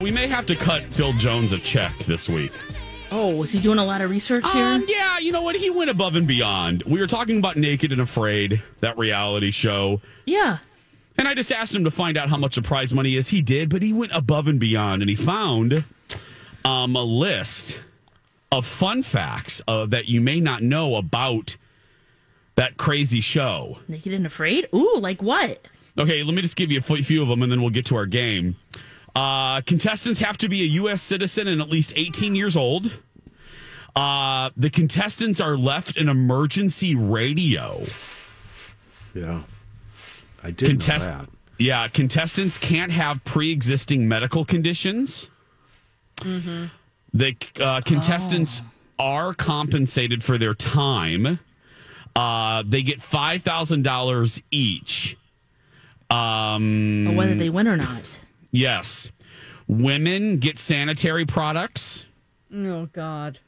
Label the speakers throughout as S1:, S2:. S1: We may have to cut Phil Jones a check this week.
S2: Oh, was he doing a lot of research here?
S1: Um, yeah, you know what? He went above and beyond. We were talking about Naked and Afraid, that reality show.
S2: yeah.
S1: And I just asked him to find out how much the prize money is. He did, but he went above and beyond and he found um, a list of fun facts uh, that you may not know about that crazy show.
S2: Naked and afraid? Ooh, like what?
S1: Okay, let me just give you a f- few of them and then we'll get to our game. Uh, contestants have to be a U.S. citizen and at least 18 years old. Uh, the contestants are left an emergency radio.
S3: Yeah. I did
S1: Contest-
S3: know that.
S1: Yeah, contestants can't have pre-existing medical conditions.
S3: Mm-hmm.
S1: The uh, contestants
S3: Oh.
S1: are compensated for their time. Uh, they get five thousand dollars each. Um,
S2: Or whether they win or not.
S1: yes, women get sanitary products.
S4: Oh God.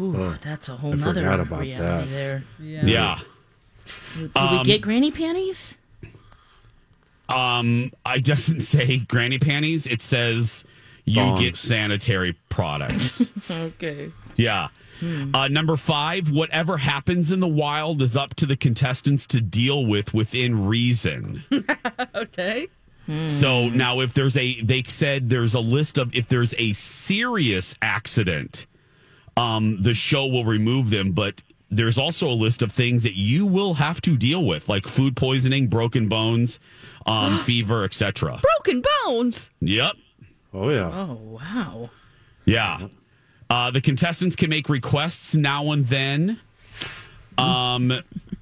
S2: Ooh, that's a whole
S3: Oh, I
S2: nother
S3: forgot about
S2: reality
S3: that.
S2: there.
S4: Yeah.
S1: Yeah,
S2: Do we get granny panties?
S1: um, I doesn't say granny panties. It says you get
S3: Thongs.
S1: sanitary products.
S2: Okay.
S1: Yeah. Uh, number five, whatever happens in the wild is up to the contestants to deal with within reason.
S4: Okay.
S1: So now, if there's a, they said there's a list of if there's a serious accident, um, the show will remove them. But there's also a list of things that you will have to deal with, like food poisoning, broken bones, um, fever, etc.
S4: Broken bones.
S1: Yep.
S3: Oh, yeah.
S2: Oh, wow.
S1: Yeah. Uh, the contestants can make requests now and then. Um,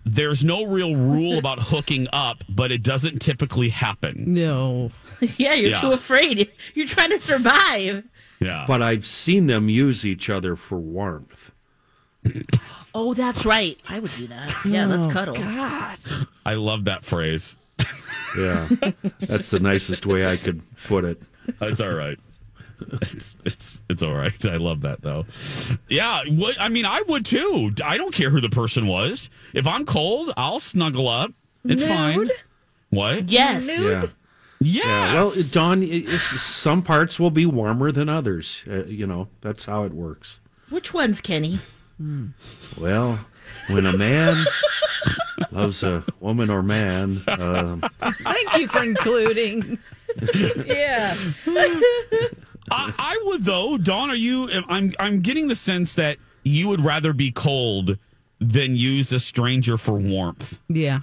S1: there's no real rule about hooking up, but it doesn't typically happen.
S4: No.
S2: yeah, you're
S1: Yeah.
S2: too afraid. You're trying to survive.
S1: Yeah.
S3: But I've seen them use each other for warmth.
S2: Oh, that's right. I would do that.
S3: Oh,
S2: Yeah, let's cuddle.
S1: I love that phrase.
S3: Yeah. That's the nicest way I could put it.
S1: It's all right. It's it's it's all right. I love that though. Yeah, what I mean, I would too. I don't care who the person was. If I'm cold, I'll snuggle up. It's fine.
S4: Nude?
S1: What?
S2: Yes.
S3: Yeah.
S1: Yes.
S3: Yeah. Well, Don, it- it's, some parts will be warmer than others. Uh, you know, that's how it works.
S2: Which one's Kenny?
S3: Well, when a man loves a woman or man, um,
S4: Thank you for including. yes.
S1: I, I would though. Dawn, are you? I'm I'm getting the sense that you would rather be cold than use a stranger for warmth.
S4: Yeah.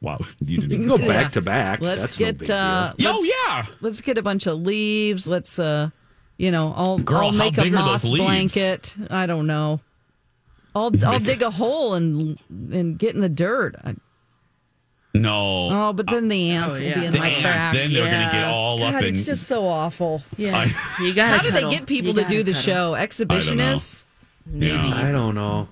S1: Wow, you
S3: you
S1: didn't.
S3: can go back to back.
S4: Let's
S3: that's no big
S4: get
S3: deal.
S4: uh
S1: Yo,
S4: let's,
S1: yeah.
S4: Let's get a bunch of leaves. Let's uh you know, I'll
S1: Girl,
S4: I'll
S1: how
S4: make a
S1: big are
S4: moss
S1: those leaves?
S4: blanket. I don't know. I'll I'll dig a hole and and get in the dirt. I,
S1: No.
S4: oh, but then the ants will be
S2: yeah.
S4: in
S1: The
S4: my
S1: ants,
S4: crack.
S1: then they're gonna get
S2: yeah.
S1: all up
S5: God,
S1: and
S5: it's just so awful.
S2: Yeah.
S1: I-
S2: you gotta
S4: How do they
S2: cuddle.
S4: get
S2: You
S4: people to
S2: gotta
S4: do the
S2: cuddle.
S4: show? Exhibitionists?
S1: yeah.
S3: I don't know.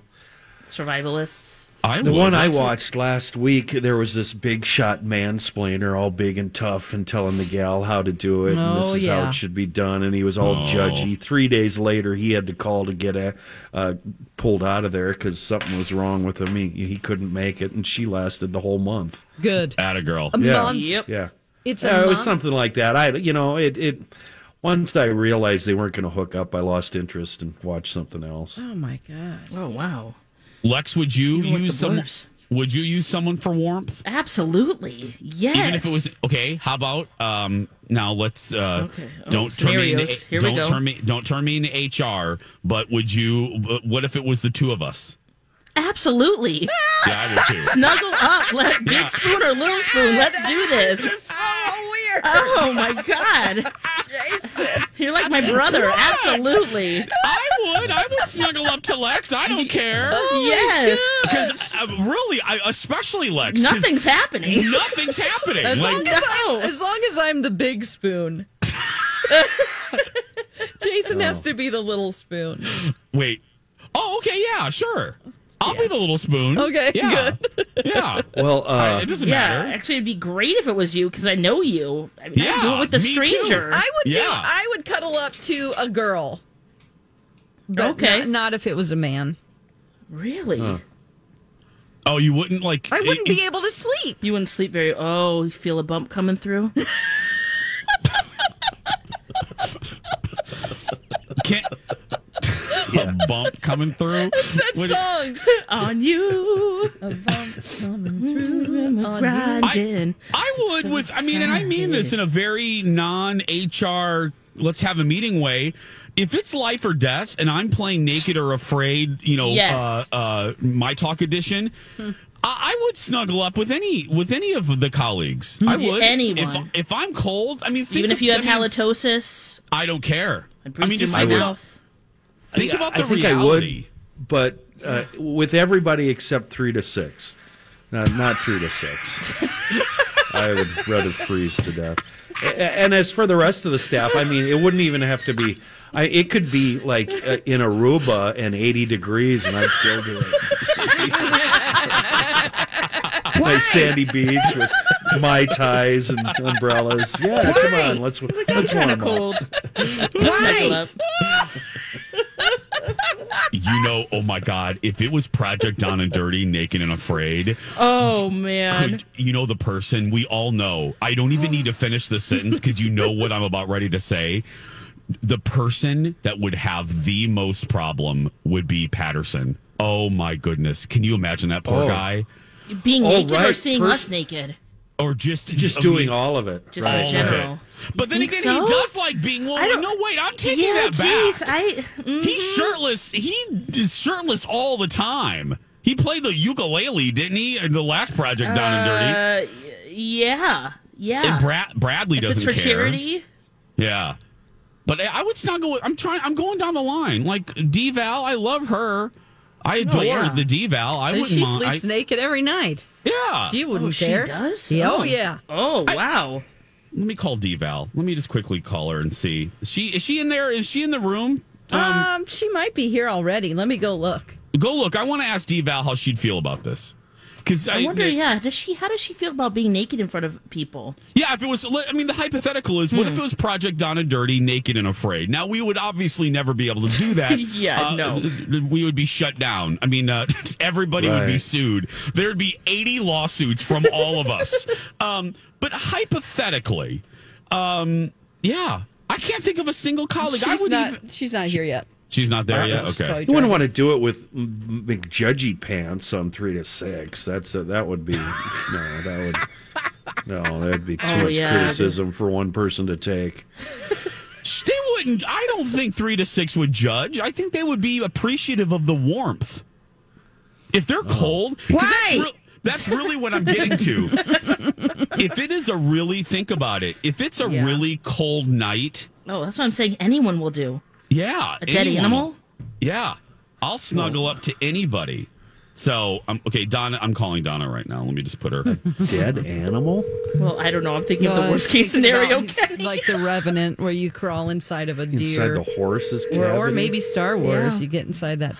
S2: Survivalists.
S1: I
S3: The
S1: would.
S3: one I
S1: That's-
S3: watched last week, there was this big shot mansplainer, all big and tough, and telling the gal how to do it, and
S4: Oh,
S3: this is how
S4: yeah.
S3: it should be done. And he was all
S1: Oh.
S3: judgy. Three days later, he had to call to get a, uh, pulled out of there because something was wrong with him. He, he couldn't make it, and she lasted the whole month.
S4: Good.
S1: Atta girl.
S3: Yeah.
S4: Month.
S2: Yep.
S3: Yeah,
S4: It's a
S3: yeah it was
S4: month?
S3: something like that. I, you know, it it. Once I realized they weren't going to hook up, I lost interest and watched something else.
S4: Oh my god.
S2: Oh, wow.
S1: Lex, would you
S2: Even with
S1: use
S2: the
S1: some?
S2: blues.
S1: Would you use someone for warmth?
S2: Absolutely. Yes.
S1: Even if it was okay, how about um now let's uh
S2: Okay. Oh,
S1: don't turn me into,
S2: scenarios. Here we
S1: don't
S2: go.
S1: turn me don't turn me into HR, but would you but what if it was the two of us?
S2: Absolutely.
S1: Yeah, I would too.
S2: Snuggle up. Let big spoon or little spoon. Let's do this.
S4: so weird,
S2: Oh my god.
S4: Jason.
S2: You're like my brother. Absolutely.
S1: I would. I would snuggle up to Lex. I don't care.
S4: Oh
S2: yes.
S1: Because uh, really, I, especially Lex. 'cause
S2: Nothing's happening.
S1: Nothing's happening.
S4: As,
S1: Like,
S4: long as,
S2: No.
S4: I'm, as long as I'm the big spoon. Jason
S1: Oh.
S4: has to be the little spoon.
S1: wait. Oh, okay. Yeah, sure. I'll be the little spoon.
S4: Okay,
S1: Yeah. Yeah.
S3: Well, uh,
S1: It doesn't
S2: Yeah,
S1: matter.
S2: actually, it'd be great if it was you because I know you. I mean,
S1: Yeah,
S2: I'd do it with the
S1: me too.
S2: stranger.
S4: I would do.
S1: Yeah.
S4: I would cuddle up to a girl. But
S2: Okay.
S4: Not, not if it was a man.
S2: Really?
S1: Oh, you wouldn't like.
S4: I wouldn't
S1: it-
S4: be able to sleep.
S2: You wouldn't sleep very. Oh, you feel a bump coming through?
S1: Can't, a bump coming through.
S4: That
S1: Would it-
S4: song.
S2: On you.
S4: A bump coming through on you.
S2: Grinding.
S1: I would with I mean, and I mean this in a very non HR let's have a meeting way. If it's life or death and I'm playing naked or afraid, you know,
S2: Yes. Hmm.
S1: uh, uh my talk edition, I, I would snuggle up with any with any of the colleagues. I would
S2: Hmm. Anyone.
S1: If, if I'm cold, I mean think
S2: Even
S1: of-
S2: if you have
S1: I mean,
S2: halitosis,
S1: I don't care.
S2: I
S1: I
S2: breathe
S1: mean just
S2: through my
S1: think,
S2: mouth.
S1: think about the
S3: I think
S1: reality.
S3: I would, but uh, with everybody except three to six, no, not three to six. I would rather freeze to death. A- And as for the rest of the staff, I mean, it wouldn't even have to be. I, it could be like uh, in Aruba and 80 degrees, and I'd still do it. nice sandy beach with mai tais and umbrellas. Yeah, come on, let's let's warm
S2: Kind
S3: up.
S2: of cold. Snuggle up.
S1: You know, oh my god, if it was Project Down and Dirty, naked and afraid,
S2: Oh man.
S1: could you know the person we all know i don't even need to finish the sentence because you know what i'm about ready to say the person that would have the most problem would be patterson oh my goodness can you imagine that poor
S3: Oh.
S1: guy
S2: Being
S3: Oh,
S2: naked or
S3: right.
S2: seeing
S3: Pers-
S2: us naked?
S1: or just
S3: Just
S1: I
S3: doing
S1: mean,
S3: all of it.
S2: Just
S1: all
S2: in
S1: of
S2: general.
S1: it. but then
S2: You think
S1: again
S2: so?
S1: he does like being
S2: I
S1: well
S2: don't-
S1: no wait i'm taking
S2: Yeah,
S1: that back
S2: jeez. I. mm,
S1: he's shirtless he is shirtless all the time he played the ukulele didn't he in the last project down and dirty
S2: Uh, y- yeah. Yeah.
S1: and Brad- bradley
S2: If
S1: doesn't
S2: it's for
S1: care
S2: charity.
S1: Yeah. But I, I would snuggle with, I'm trying, I'm going down the line. Like, D-Val, I love her. I adore
S2: Oh, yeah.
S1: the D-Val. I wouldn't
S4: She
S1: mind. I- Uh, oh,
S4: sleeps naked every night.
S1: yeah.
S4: She wouldn't
S2: she
S4: care.
S2: does?
S4: Yeah,
S2: Oh.
S4: oh yeah.
S2: Oh wow.
S1: Let me call D-Val. Let me just quickly call her and see. Is she, is she in there? Is she in the room?
S4: Um,
S2: Uh,
S4: she might be here already. Let me go look.
S1: Go look. I want to ask D-Val how she'd feel about this. Because I,
S2: I wonder, yeah, does she? How does she feel about being naked in front of people?
S1: Yeah, if it was, I mean, the hypothetical is what if it was Project Dawn and Dirty, naked and afraid? Now, we would obviously never be able to do that.
S2: Yeah,
S1: Uh,
S2: no.
S1: th- th- We would be shut down. I mean, uh, everybody would be
S3: Right.
S1: sued. There'd be 80 lawsuits from all of us. Um, but hypothetically, um, yeah, I can't think of a single colleague. I
S4: She's
S1: would
S4: not.
S1: even,
S4: She's not here yet.
S1: she's not there yet?
S3: She's
S1: Okay.
S3: You wouldn't want to do it with m- McJudgy pants on three to six. That's a, that would be no, that would no, that'd be too
S2: Oh,
S3: much
S2: yeah.
S3: criticism for one person to take.
S1: They wouldn't, I don't think three to six would judge. I think they would be appreciative of the warmth. If they're cold, 'cause That's,
S4: Why?
S1: real- that's really what I'm getting to. if it is a really, think about it. If it's a
S2: Yeah.
S1: really cold night,
S2: Oh, that's what I'm saying. Anyone will do.
S1: yeah.
S2: A dead
S1: anyone-
S2: animal.
S1: Yeah. I'll snuggle up to anybody. So, um, okay, Donna, I'm calling Donna right now. Let me just put her.
S3: Dead animal?
S2: Well, I don't know. I'm thinking of
S4: Uh,
S2: the worst case
S4: thinking
S2: scenario.
S4: about
S2: Kenny.
S4: like the Revenant, where you crawl inside of a
S3: Inside
S4: deer,
S3: the horse's
S4: or,
S3: cavity?
S4: or maybe Star Wars.
S2: Yeah.
S4: You get inside that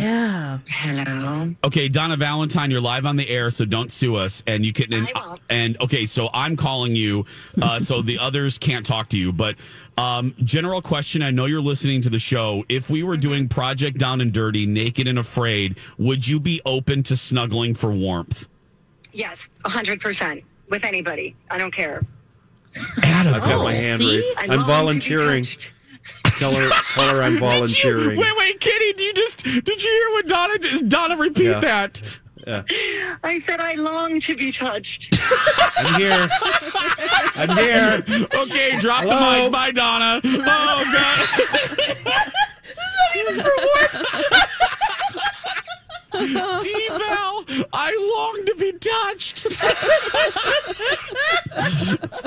S2: yeah.
S1: Okay, Donna Valentine, you're live on the air, so don't sue us. And you can and, uh, and okay, so I'm calling you, uh, so the others can't talk to you. But um, general question: I know you're listening to the show. If we were doing Project Down and Dirty, Naked and Afraid, would you be open to snuggling for warmth?
S5: Yes, 100% with anybody. I don't care.
S3: I've got my hand
S2: see?
S3: raised.
S5: I
S3: I'm
S5: long to be
S3: volunteering.
S5: touched.
S3: Tell her, tell her I'm volunteering.
S1: wait, wait, Kitty, do you just did you hear what Donna did? Donna repeat
S3: Yeah.
S1: that?
S5: I said I long to be touched.
S3: I'm here. I'm here.
S1: Okay, drop the
S3: Hello?
S1: mic. Bye, Donna. Oh God. D-Val, I long to be touched.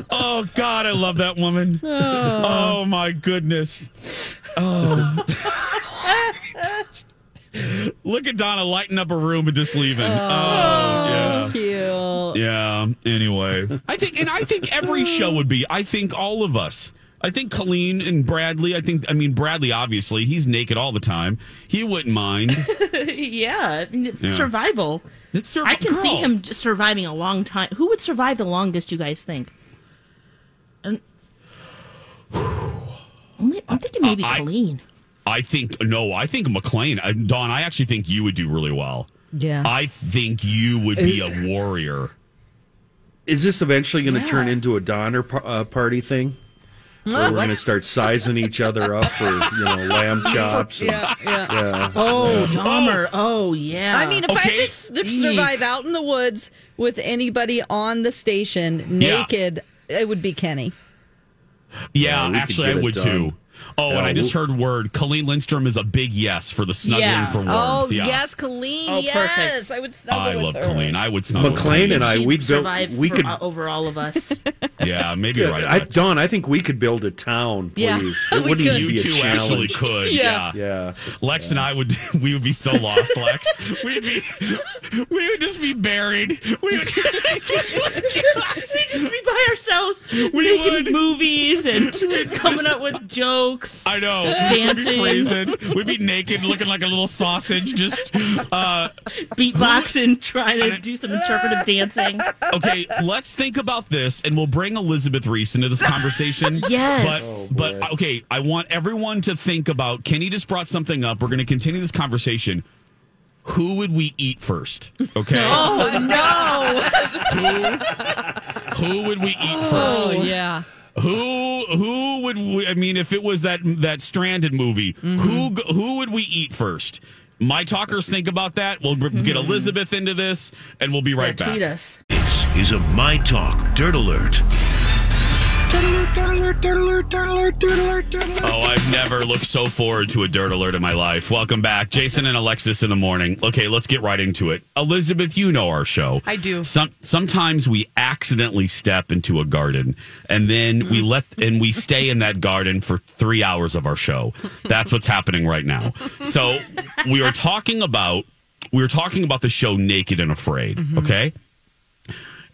S1: oh God, I love that woman. Oh, my goodness. Oh. Look at Donna lighting up a room and just leaving. Oh, yeah.
S4: Cute.
S1: Yeah. Anyway, I think, and I think every show would be. I think all of us. I think Colleen and Bradley. I think. I mean, Bradley. Obviously, he's naked all the time. He wouldn't mind.
S2: yeah, I mean, it's
S1: Yeah.
S2: survival.
S1: It's sur-
S2: I can see
S1: girl.
S2: him j- surviving a long time. Who would survive the longest? You guys think? Um, I'm thinking maybe
S1: Uh, I-
S2: Colleen.
S1: I think no. I think McLean. Uh, Don. I actually think you would do really well.
S4: Yeah.
S1: I think you would be a warrior.
S3: Is this eventually going to
S2: Yeah.
S3: turn into a Donner par- uh, party thing? Where we're going to start sizing each other up for you know lamb chops. and-
S4: yeah, yeah.
S3: yeah.
S2: Oh, Dahmer. Oh, yeah.
S4: I mean, if I had
S1: Okay.
S4: to s- to survive out in the woods with anybody on the station
S1: Yeah.
S4: naked, it would be Kenny.
S1: Yeah,
S3: we could
S1: actually,
S3: get
S1: I
S3: it
S1: would
S3: done.
S1: too. Oh, and
S3: Yeah,
S1: I just
S3: we-
S1: heard word. Colleen Lindstrom is a big yes for the snuggling
S2: Yeah.
S1: for warmth.
S4: Oh
S1: yeah.
S4: yes, Colleen.
S2: Oh, perfect.
S4: yes, I would snuggle
S1: I
S4: with
S1: love
S4: her.
S1: Colleen. I would snuggle. with
S3: McLean and I,
S2: She'd
S3: we built,
S2: survive
S3: we
S2: for-
S3: could.
S2: uh, over all of us.
S1: Yeah, maybe you're right.
S3: I,
S1: about that.
S3: Don, I think we could build a town.
S4: Yeah.
S3: Please,
S4: We
S3: it wouldn't even
S4: could.
S1: you
S3: be a
S1: two actually
S3: challenge.
S1: could.
S4: Yeah.
S1: yeah.
S3: Yeah,
S1: Lex and I would we would be so lost, Lex. We'd be we would just be buried. We would
S2: We'd just be by ourselves making
S1: would.
S2: movies and coming up with jokes.
S1: I know.
S2: Dancing.
S1: We'd be freezing. We'd be naked looking like a little sausage just uh
S2: beatboxing, trying to do some interpretive dancing.
S1: okay, let's think about this and we'll bring Elizabeth Reese into this conversation.
S2: Yes.
S1: But but okay, I want everyone to think about Kenny just brought something up. We're going to continue this conversation. Who would we eat first? Okay.
S2: Oh no!
S1: Who would we eat first?
S4: Oh yeah.
S1: Who who would we, I mean if it was that that stranded movie? Who g- who would we eat first? My talkers think about that. We'll gr- get Elizabeth into this, and we'll be right back.
S2: Tweet us.
S6: This is a My Talk Dirt Alert.
S1: Oh, I've never looked so forward to a dirt alert in my life. Welcome back, Jason and Alexis in the morning. Okay, let's get right into it. Elizabeth, you know our show.
S7: I do.
S1: Some, sometimes we accidentally step into a garden, and then
S7: Mm.
S1: we let and we stay in that garden for three hours of our show. That's what's happening right now. So we are talking about we were talking about the show Naked and Afraid.
S7: Mm-hmm.
S1: Okay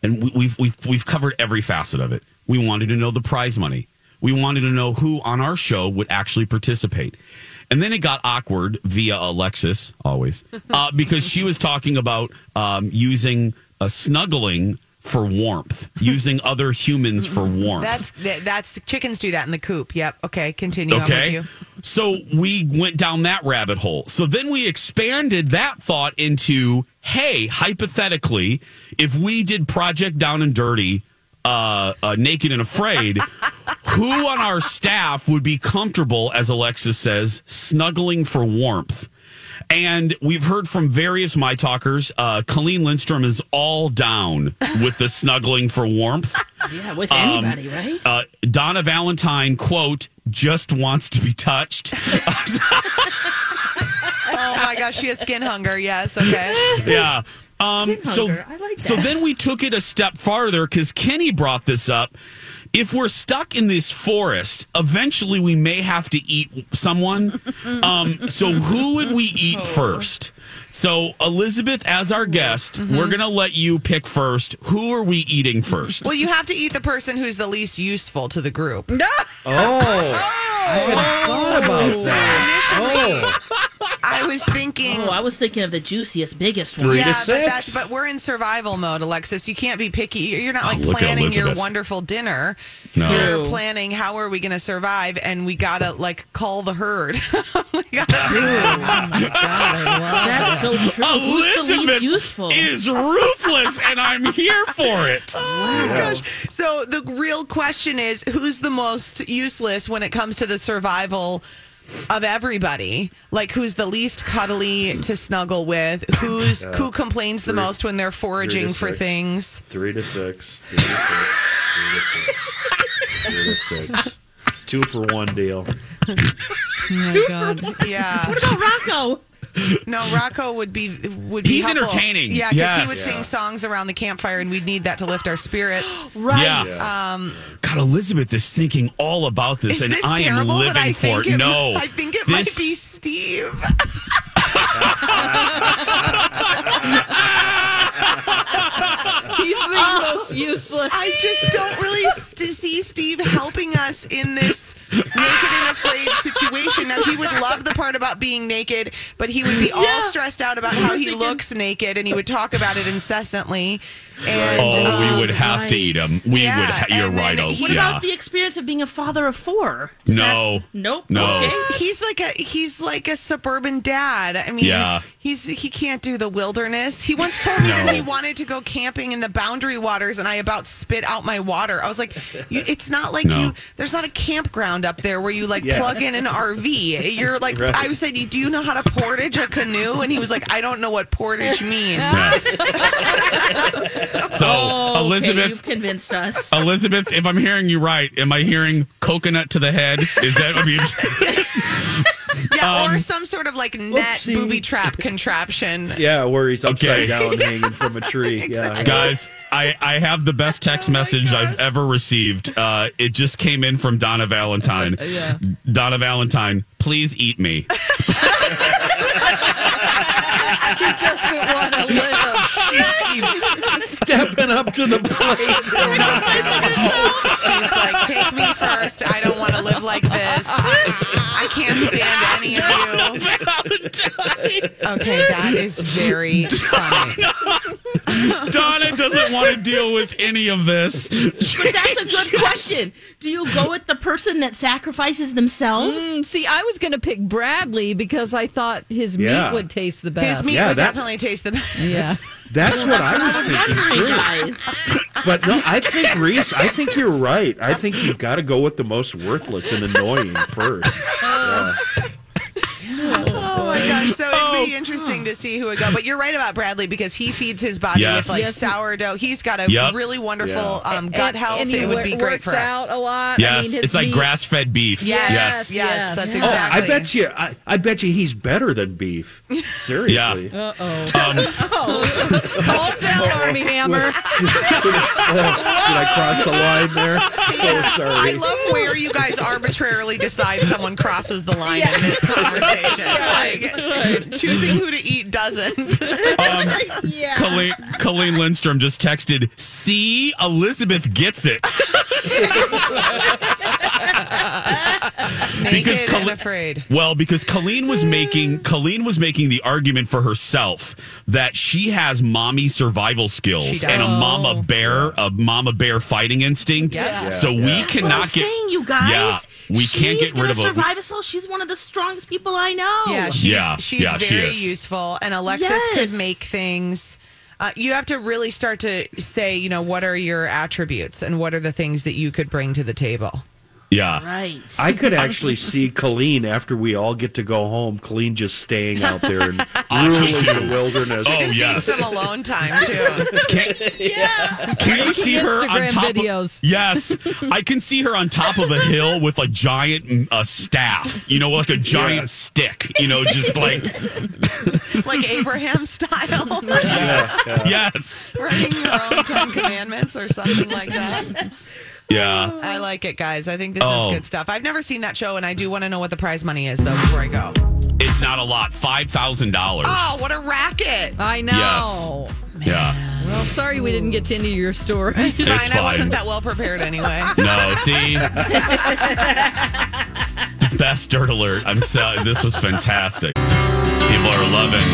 S1: and we, we've we've we've covered every facet of it. We wanted to know the prize money. We wanted to know who on our show would actually participate. And then it got awkward via Alexis, always, uh, because she was talking about um, using uh, snuggling for warmth, using other humans for warmth.
S7: That's that- that's the chickens do that in the coop. Yep. Okay. Continue.
S1: Okay.
S7: I'm with you.
S1: So we went down that rabbit hole. So then we expanded that thought into hey, hypothetically, if we did Project Down and Dirty, uh, uh, Naked and Afraid, who on our staff would be comfortable, as Alexis says, snuggling for warmth? And we've heard from various My Talkers. Uh, Colleen Lindstrom is all down with the snuggling for warmth.
S2: Yeah, with anybody, right?
S1: Uh, Donna Valentine, quote, just wants to be touched.
S7: Oh my gosh, she has skin hunger. Yes. Okay.
S1: yeah. Um, so,
S2: hunger. I like
S1: so
S2: that.
S1: then we took it a step farther because Kenny brought this up. If we're stuck in this forest, eventually we may have to eat someone. Um, so who would we eat
S2: Oh.
S1: first? So Elizabeth, as our guest,
S2: Mm-hmm.
S1: we're gonna let you pick first. Who are we eating first?
S7: Well, you have to eat the person who's the least useful to the group.
S3: Oh, I hadn't thought about
S1: Oh!
S3: that. Oh,
S7: I was thinking.
S2: oh, I was thinking of the juiciest, biggest one.
S3: three
S7: yeah,
S3: to
S7: but
S3: six.
S7: that's but we're in survival mode, Alexis. You can't be picky. You're you're not like
S1: Oh, look at
S7: planning your
S1: Elizabeth.
S7: wonderful dinner.
S1: No.
S7: You're
S2: True.
S7: planning how are we going to survive, and we gotta like call the herd. we gotta
S2: That's so true. Who's the least
S1: Elizabeth
S2: useful?
S1: is ruthless, and I'm here for it.
S7: So the real question is, who's the most useless when it comes to the survival of everybody. Like who's the least cuddly to snuggle with? Who's who complains the
S3: Three-
S7: most when they're foraging for
S3: six.
S7: things?
S3: Three to six. Three to six. Three to six. Three to six. Two for one deal.
S4: Oh my god.
S7: Yeah.
S2: What about Rocco?
S7: No, Rocco would be would be
S1: He's
S7: helpful.
S1: entertaining.
S7: Yeah, because he
S1: Yes.
S7: would sing songs around the campfire, and we'd need that to lift our spirits.
S2: Right.
S1: Yeah.
S4: Uh,
S1: God, Elizabeth is thinking all about this,
S7: Is
S1: and
S7: this
S1: I am
S7: terrible that I
S1: living for
S7: think
S1: it.
S7: it?
S1: No,
S7: I think it
S1: this,
S7: might be Steve.
S4: He's the most useless.
S7: I just don't really st- see Steve helping us in this naked and afraid situation. Now he would love the part about being naked, but he would be all stressed out about how he looks naked, and he would talk about it incessantly. And
S1: Oh, we
S7: um,
S1: would have to eat him. We
S7: Yeah,
S1: would. Ha- you're
S7: and then
S1: right. Oh,
S2: What
S1: yeah.
S2: about the experience of being a father of four?
S1: No.
S2: Nope.
S1: No.
S2: Okay.
S7: He's like a he's like a suburban dad. I mean,
S1: Yeah.
S7: he's he can't do the wilderness. He once told me
S1: No.
S7: that he wanted to go camping in the Boundary Waters, and I about spit out my water. I was like, you, it's not like
S1: No.
S7: you. There's not a campground up there where you like
S3: Yeah.
S7: plug in an RV. You're like,
S3: Right.
S7: I said, do you know how to portage a canoe? And he was like, I don't know what portage means.
S1: Yeah. so,
S2: Oh, okay,
S1: Elizabeth,
S2: you've convinced us.
S1: Elizabeth, if I'm hearing you right, am I hearing coconut to the head? Is that? I mean,
S7: Yeah,
S1: Um,
S7: or some sort of like net
S3: Oopsie.
S7: booby trap contraption.
S3: Yeah, where he's upside
S1: Okay.
S3: down hanging from a tree. Yeah.
S1: guys, I I have the best
S7: Oh
S1: text message I've ever received. Uh, it just came in from Donna Valentine.
S4: yeah.
S1: Donna Valentine, please eat me.
S4: She doesn't want to live.
S3: She keeps stepping up to the plate.
S7: She's like, take me first. I don't want to live like this. I can't stand any of you. Okay, that is very funny.
S1: Donna doesn't want to deal with any of this.
S2: But that's a good question. Do you go with the person that sacrifices themselves?
S1: Mm,
S4: See, I was going to pick Bradley because I thought his
S3: Yeah.
S4: meat would taste the
S7: His
S4: best.
S7: meat
S3: Yeah,
S7: would
S3: that-
S7: definitely taste the best.
S4: Yeah.
S3: That's what I was
S2: Hungry
S3: thinking. Too.
S2: guys.
S3: But no, I think Reese. I think you're right. I think you've got to go with the most worthless and annoying first.
S4: Uh,
S3: Yeah.
S7: Oh my gosh. So it'd be interesting to see who would go. But you're right about Bradley because he feeds his body
S1: Yes.
S7: with like
S1: Yes.
S7: sourdough. He's got a
S1: Yep.
S7: really wonderful
S3: Yeah.
S7: um, gut
S4: And-
S7: health.
S4: And he
S7: it would
S4: wor-
S7: be great
S4: works
S7: for us.
S4: out a lot. I
S1: Yes,
S4: mean, his
S1: it's like
S4: meat-
S1: grass fed beef.
S4: Yes.
S7: Yes, yes,
S4: Yes.
S7: that's
S4: Oh,
S3: Oh,
S7: exactly.
S3: I bet you. I, I bet you he's better than beef. Seriously.
S4: Uh oh.
S1: Um,
S4: Calm down, Army Hammer.
S3: Oh, did I cross the line there? Oh, sorry.
S7: I love where you guys arbitrarily decide someone crosses the line in this conversation. Like, choosing who to eat doesn't.
S2: yeah.
S1: Colleen, Colleen Lindstrom just texted, see, Elizabeth gets it.
S7: Naked and
S1: Colleen-
S7: afraid.
S1: Well, because Colleen was making Colleen was making the argument for herself that she has mommy survival skills
S7: does.
S1: and a mama bear, a mama bear fighting instinct.
S7: Yeah.
S1: So we
S2: What I'm
S1: cannot get
S2: saying, you guys.
S1: Yeah, we can't
S2: she's
S1: get rid
S2: gonna
S1: of a-
S2: survive us all. She's one of the strongest people I know.
S7: Yeah, she's,
S1: Yeah,
S7: she's
S1: yeah, she
S7: very
S1: is.
S7: useful, and Alexis
S2: Oh. Yes.
S7: could make things. Uh, you have to really start to say, you know, what are your attributes and what are the things that you could bring to the table?
S1: Oh, Yeah.
S2: Right.
S3: I could actually see Colleen after we all get to go home. Colleen just staying out there and ruling the wilderness.
S1: Oh,
S7: Just
S1: yes.
S7: need some alone time too.
S1: Can you see her on
S4: Instagram
S1: top of-
S4: videos.
S1: Yes, I can see her on top of a hill with a giant uh, staff. You know, like a giant
S3: Yes.
S1: stick. You know, just like
S7: like Abraham style.
S3: Yes. Yeah.
S1: yes,
S7: Writing your own Ten Commandments or something like that.
S1: yeah.
S7: I like it, guys. I think this
S1: Oh.
S7: is good stuff. I've never seen that show, and I do want to know what the prize money is, though, before I go.
S1: It's not a lot. Five thousand dollars.
S7: Oh, what a racket.
S4: I know.
S1: Yeah.
S4: Well, sorry we didn't get to any of your stories.
S7: Fine,
S1: It's
S7: I wasn't
S1: fine.
S7: that well prepared anyway.
S1: No, see? the best dirt alert. I'm sorry. This was fantastic. People are loving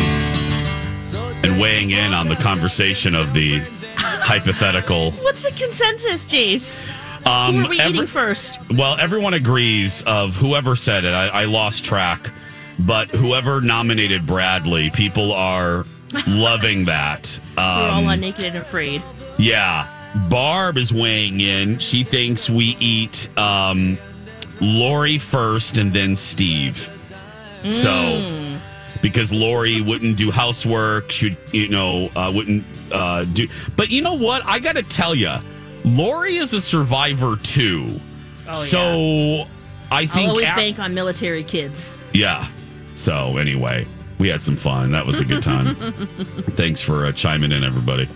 S1: and weighing in on the conversation of the hypothetical.
S2: What's the consensus, Jace? Who
S1: Um,
S2: are we
S1: every-
S2: eating first?
S1: well, everyone agrees of whoever said it. I, I lost track. But whoever nominated Bradley, people are loving that.
S2: We're all
S1: Um,
S2: on naked and afraid.
S1: Yeah. Barb is weighing in. She thinks we eat um, Lori first and then Steve.
S2: Mm.
S1: So because Lori wouldn't do housework, should you know, uh, wouldn't uh, do. But you know what? I got to tell you, Lori is a survivor too. so I
S2: Oh, I'll
S1: think
S2: always
S1: af-
S2: bank on military kids.
S1: yeah. So anyway, we had some fun. That was a good time. Thanks for uh, chiming in, everybody.